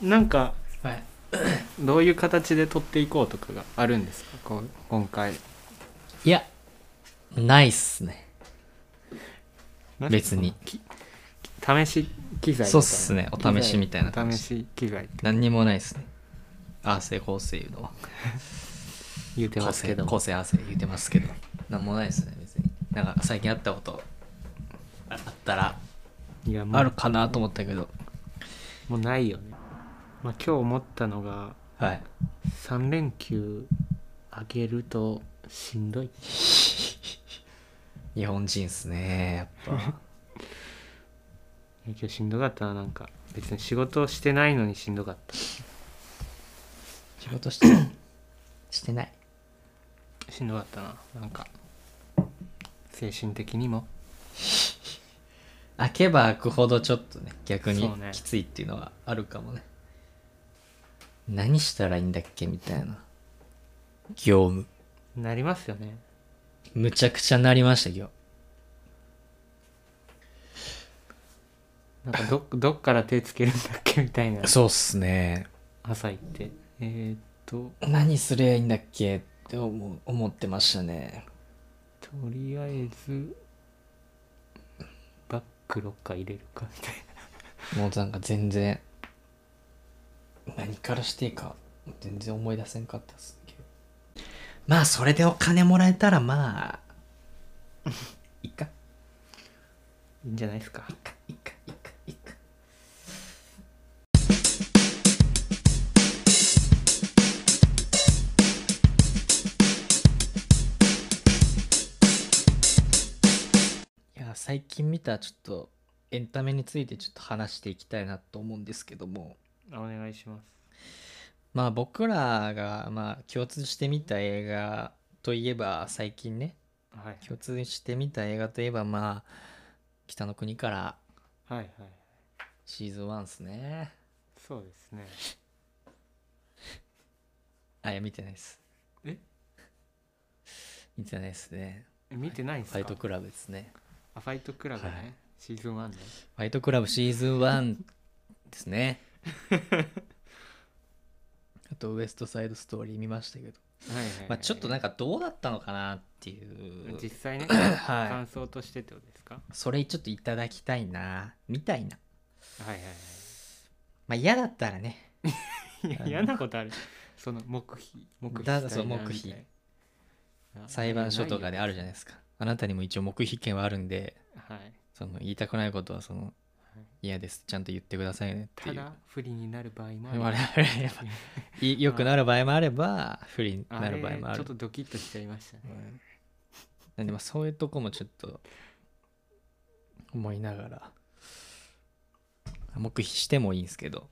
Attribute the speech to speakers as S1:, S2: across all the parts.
S1: なんか
S2: はい
S1: どういう形で撮っていこうとかがあるんですかこう今回
S2: いやないっすね別に
S1: 試し機材
S2: そうっすねお試しみたいな
S1: 感
S2: 感
S1: じ
S2: じ
S1: 試し機材って
S2: 何にもないっすねアーセイ構成いうのは
S1: 言うて
S2: 構
S1: ますけ
S2: 成
S1: ど
S2: 構成アーセイ言うてますけど何もないっすね別になんか最近あったことああったら
S1: いやも
S2: ある
S1: う
S2: かなと思ったけど
S1: もうないよね、まあ、今日思ったのが
S2: はい
S1: 3連休あげるとしんどい
S2: 日本人っすねやっぱ
S1: いや今日しんどかったななんか別に仕事をしてないのにしんどかった
S2: 仕事してないしてない
S1: しんどかったななんか精神的にも
S2: 開けば開くほどちょっとね逆に
S1: そうね
S2: きついっていうのはあるかもね何したらいいんだっけみたいな業務
S1: なりますよね
S2: むちゃくちゃなりました今日
S1: なんかどっどっから手つけるんだっけみたいな
S2: そうっすね
S1: 朝行ってえー、っと
S2: 何すりゃいいんだっけって思う思ってましたね
S1: とりあえずバック6回入れるか みたい
S2: もうなんか全然何からしていいか全然思い出せんかったっすね今日まあそれでお金もらえたらまあいいか
S1: ないいんじゃないですか
S2: いかいかいかいや最近見たちょっとエンタメについてちょっと話していきたいなと思うんですけども
S1: お願いします
S2: まあ僕らがまあ共通して見た映画といえば最近ね
S1: はい
S2: 共通して見た映画といえばまあ北の国から
S1: はいはい
S2: シーズン1っすね。
S1: そうですね
S2: あ、いや、見てないです。
S1: え
S2: 見てないですね。
S1: え見てないんです
S2: フ
S1: か
S2: ァイトクラブですね。
S1: あファイトクラブね、
S2: はい
S1: シーズン1ね
S2: ファイトクラブシーズン1で すね。あと、ウエストサイドストーリー見ましたけど。
S1: はいはい、はい
S2: まあ、ちょっとなんかどうだったのかなっていう
S1: 実。 際ね、
S2: は
S1: 感想としてってことですか
S2: い。それちょっといただきたいな。みたいな。
S1: はいはい
S2: まあ、嫌だったらね。
S1: はいいや嫌なことあるその黙秘黙秘
S2: だから
S1: したいな
S2: そう黙秘
S1: みたいな
S2: 裁判所とかであるじゃ
S1: ない
S2: ないですか。あなたにも一応黙秘権はあるんで、
S1: はい、はい、
S2: その言いたくないことはその嫌です。ちゃんと言ってくださいねって
S1: た
S2: いう。
S1: だ不利になる場合もあ
S2: 我
S1: る
S2: 々はい良くなる場合もあれば不利に
S1: あ
S2: な
S1: れ
S2: る場合もあ
S1: ちょっ
S2: る
S1: とドキッとしちゃいましたね
S2: うんなんでまあそういうとこもちょっと思いながら黙秘してもいいんですけど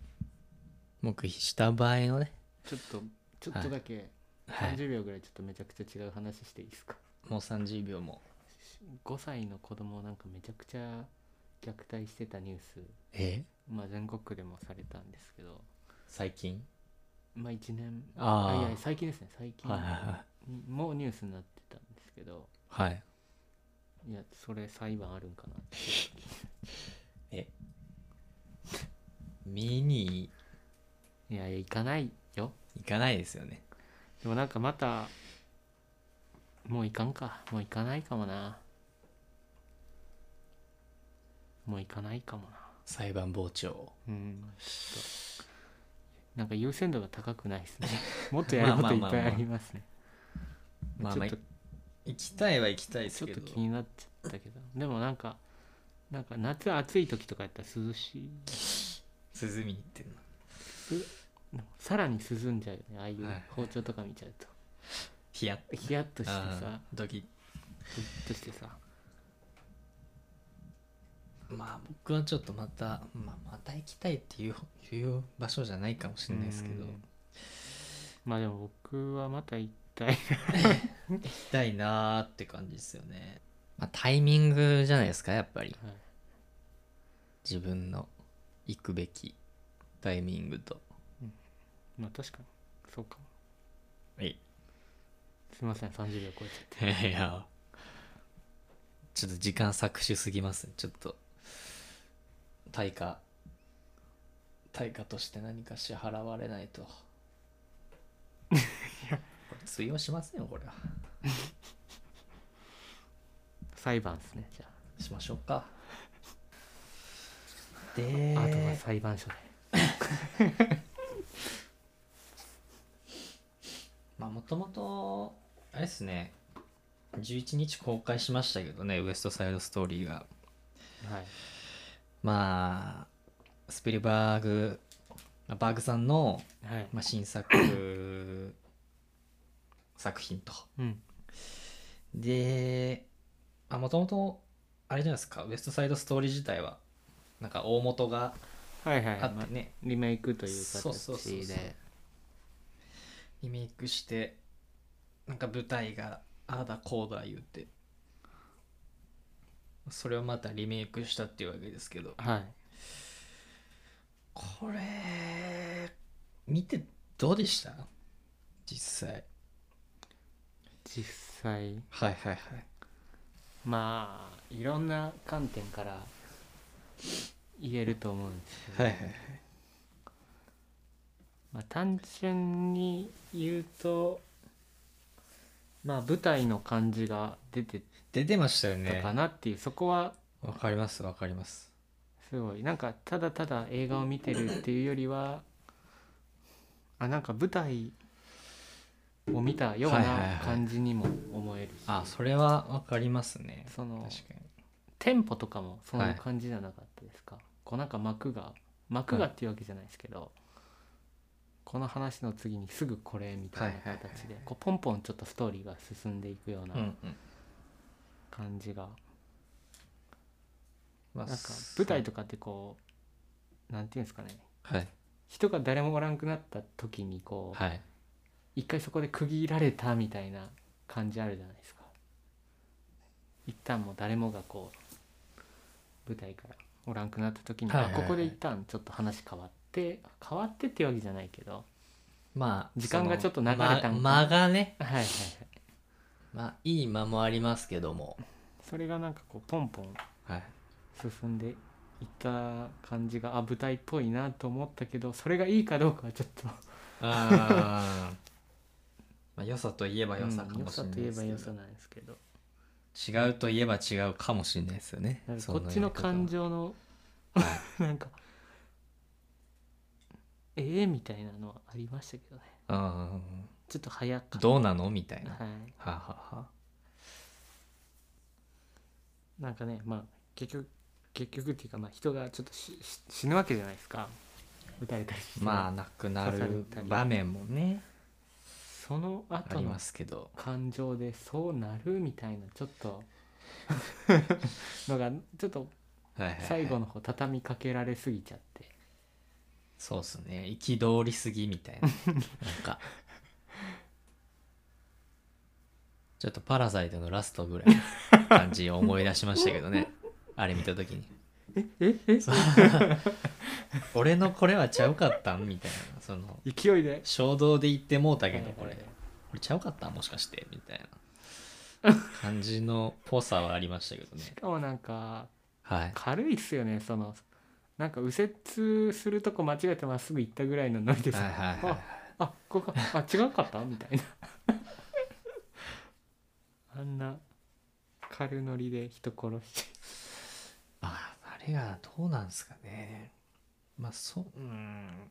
S2: 黙秘した場合のね、
S1: ちょっとちょっとだけ
S2: はい、
S1: 30秒ぐらいちょっとめちゃくちゃ違う話していいですか、
S2: もう30秒も
S1: 5歳の子供をなんかめちゃくちゃ虐待してたニュース
S2: え
S1: まあ全国区でもされたんですけど
S2: 最近
S1: まあ1年
S2: あー
S1: いやいや最近ですね最近
S2: はいは
S1: にもニュースになってたんですけど
S2: いはいはい
S1: いやそれ裁判あるんかなって
S2: 見に
S1: いやいや行かないよ
S2: 行かないですよね
S1: でもなんかまたもう行かんかもう行かないかもなもう行かないかもな
S2: 裁判傍聴
S1: うんちょっとなんか優先度が高くないです ねもっとやることいっぱいありますね
S2: まあ
S1: ちょ
S2: まあ
S1: っと
S2: 行きたいは行きたいで
S1: ち
S2: す
S1: ょっ
S2: け
S1: と
S2: ど
S1: 気になっちゃったけどでもなんかなんか夏暑い時とかやったら涼しい
S2: 涼みに行ってんの
S1: でもさらに涼んじゃうよねああいう
S2: はい
S1: 包丁とか見ちゃうと、
S2: ヒヤッ
S1: ヒヤッとして
S2: うん
S1: さ
S2: ドキッ
S1: ヒヤッとしてさ
S2: まあ僕はちょっとまた、まあ、また行きたいっていう いう場所じゃないかもしれないですけど
S1: う
S2: 行
S1: んまあでも僕はまた一体
S2: きたいなーって感じですよね、まあ、タイミングじゃないですかやっぱり
S1: はい
S2: 自分の行くべきタイミングと
S1: まあ確かにそうかも
S2: い
S1: すいません30秒超えちゃって
S2: いやちょっと時間搾取すぎますねちょっと対価対価として何か支払われ ないとこれ通用しませんよこれは
S1: 裁判ですねじゃ
S2: しましょうか
S1: あ、
S2: で
S1: あとは裁判所で
S2: まあもともとあれですね11日公開しましたけどねウエストサイドストーリーが
S1: はい
S2: まあスピルバーグバーグさんの、
S1: はい
S2: まあ、新作作品と
S1: うん
S2: でもともとあれじゃないですかウエストサイドストーリー自体はなんか大元が
S1: はいはい
S2: あってね、
S1: まリメイクという形で
S2: そうそうそうそうリメイクしてなんか舞台がああだこうだ言うてそれをまたリメイクしたっていうわけですけど
S1: はい
S2: これ見てどうでした実際
S1: 実際
S2: はいはいはい
S1: まあいろんな観点から言えると思うんですけど、
S2: はいはいはい
S1: まあ、単純に言うとまあ舞台の感じが出て
S2: 出てましたよ
S1: た
S2: ね
S1: かなっていう、そこは
S2: わかりますわかります
S1: すごいなんかただただ映画を見てるっていうよりはあなんか舞台を見たよう
S2: はいはいは
S1: ない感じにも思えるし、
S2: あそれはわかりますね
S1: その
S2: 確かに
S1: テンポとかもそんな感じじゃなかったですか、こうなんか幕が幕がっていうわけじゃないですけど、この話の次にすぐこれみたいな
S2: はいはいはい
S1: 形で、こうポンポンちょっとストーリーが進んでいくよう
S2: うんう
S1: なん感じが、
S2: ま
S1: なんか舞台と
S2: か
S1: かってこうなんていうんですかね
S2: はい
S1: 人が誰もおらんくなった時にこう、
S2: はい
S1: 一回そこで区切られたみたいな感じあるじゃないですか一旦もう誰もがこう舞台からおらんくなった時に、
S2: はいはいは
S1: あ
S2: い
S1: ここで一旦ちょっと話変わって変わってっていうわけじゃないけど
S2: まあ
S1: 時間がちょっと流れたんか
S2: そのま間がね
S1: はいはいはい
S2: まあいい間もありますけども
S1: それがなんかこうポンポン
S2: はい
S1: 進んでいった感じがあ舞台っぽいなと思ったけどそれがいいかどうかはちょっと
S2: あー まあ良さといえば良さか
S1: うん
S2: も
S1: 良
S2: しれ
S1: さ
S2: ない
S1: といえ
S2: です
S1: ば
S2: け
S1: 良
S2: ど
S1: さなんですけど
S2: 違うといえば違うかもしれないですよね
S1: なんか
S2: そ
S1: こ
S2: やり方
S1: っちの感情の なんかええみたいなのはありましたけどね
S2: うん
S1: ちょっと早かった
S2: どうなのみたいな
S1: は
S2: は
S1: い
S2: あはあはあ
S1: なんかねまあ結局結局っていうかまあ人がちょっとしし死ぬわけじゃないですか撃たれたりして
S2: まあなくな
S1: 刺され
S2: る
S1: たり
S2: 場面もね
S1: その
S2: あ
S1: 後
S2: り
S1: の
S2: ますけど
S1: 感情でそうなるみたいなちょっ とのがちょっと
S2: はいはいはい
S1: 最後の方畳みかけられすぎちゃって
S2: そうっすね憤りすぎみたいななんかちょっと「パラサイト」のラストぐらいの感じを思い出しましたけどねあれ見た時に
S1: ええ
S2: 「俺のこれはちゃうかったん?」みたいなその
S1: 勢いで
S2: 衝動で言ってもうたけどこ
S1: はい
S2: れ
S1: はいはい
S2: これちゃうかったんもしかしてみたいな感じのぽさはありましたけどね
S1: しかもなんか
S2: はい
S1: 軽いっすよねそのなんか右折するとこ間違えてまっすぐ行ったぐらいのノリです、
S2: はいはいはいはい
S1: あここあ違うかったみたいな あんな軽ノリで人殺し
S2: ああれがどうなんですかねまあそううん